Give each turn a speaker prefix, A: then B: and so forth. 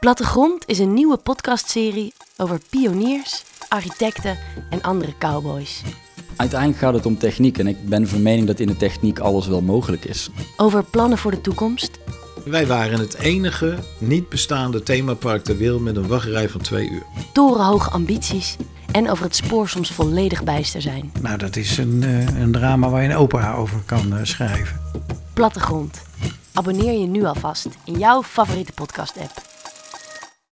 A: Plattegrond is een nieuwe podcastserie over pioniers, architecten en andere cowboys.
B: Uiteindelijk gaat het om techniek en ik ben van mening dat in de techniek alles wel mogelijk is.
A: Over plannen voor de toekomst,
C: Wij waren het enige niet bestaande themapark ter wereld met een wachtrij van twee uur.
A: torenhoge ambities en over het spoor soms volledig bijster zijn.
D: Nou, dat is een, eh, een drama waar je een opera over kan eh, schrijven.
A: Plattegrond. Abonneer je nu alvast in jouw favoriete podcast-app.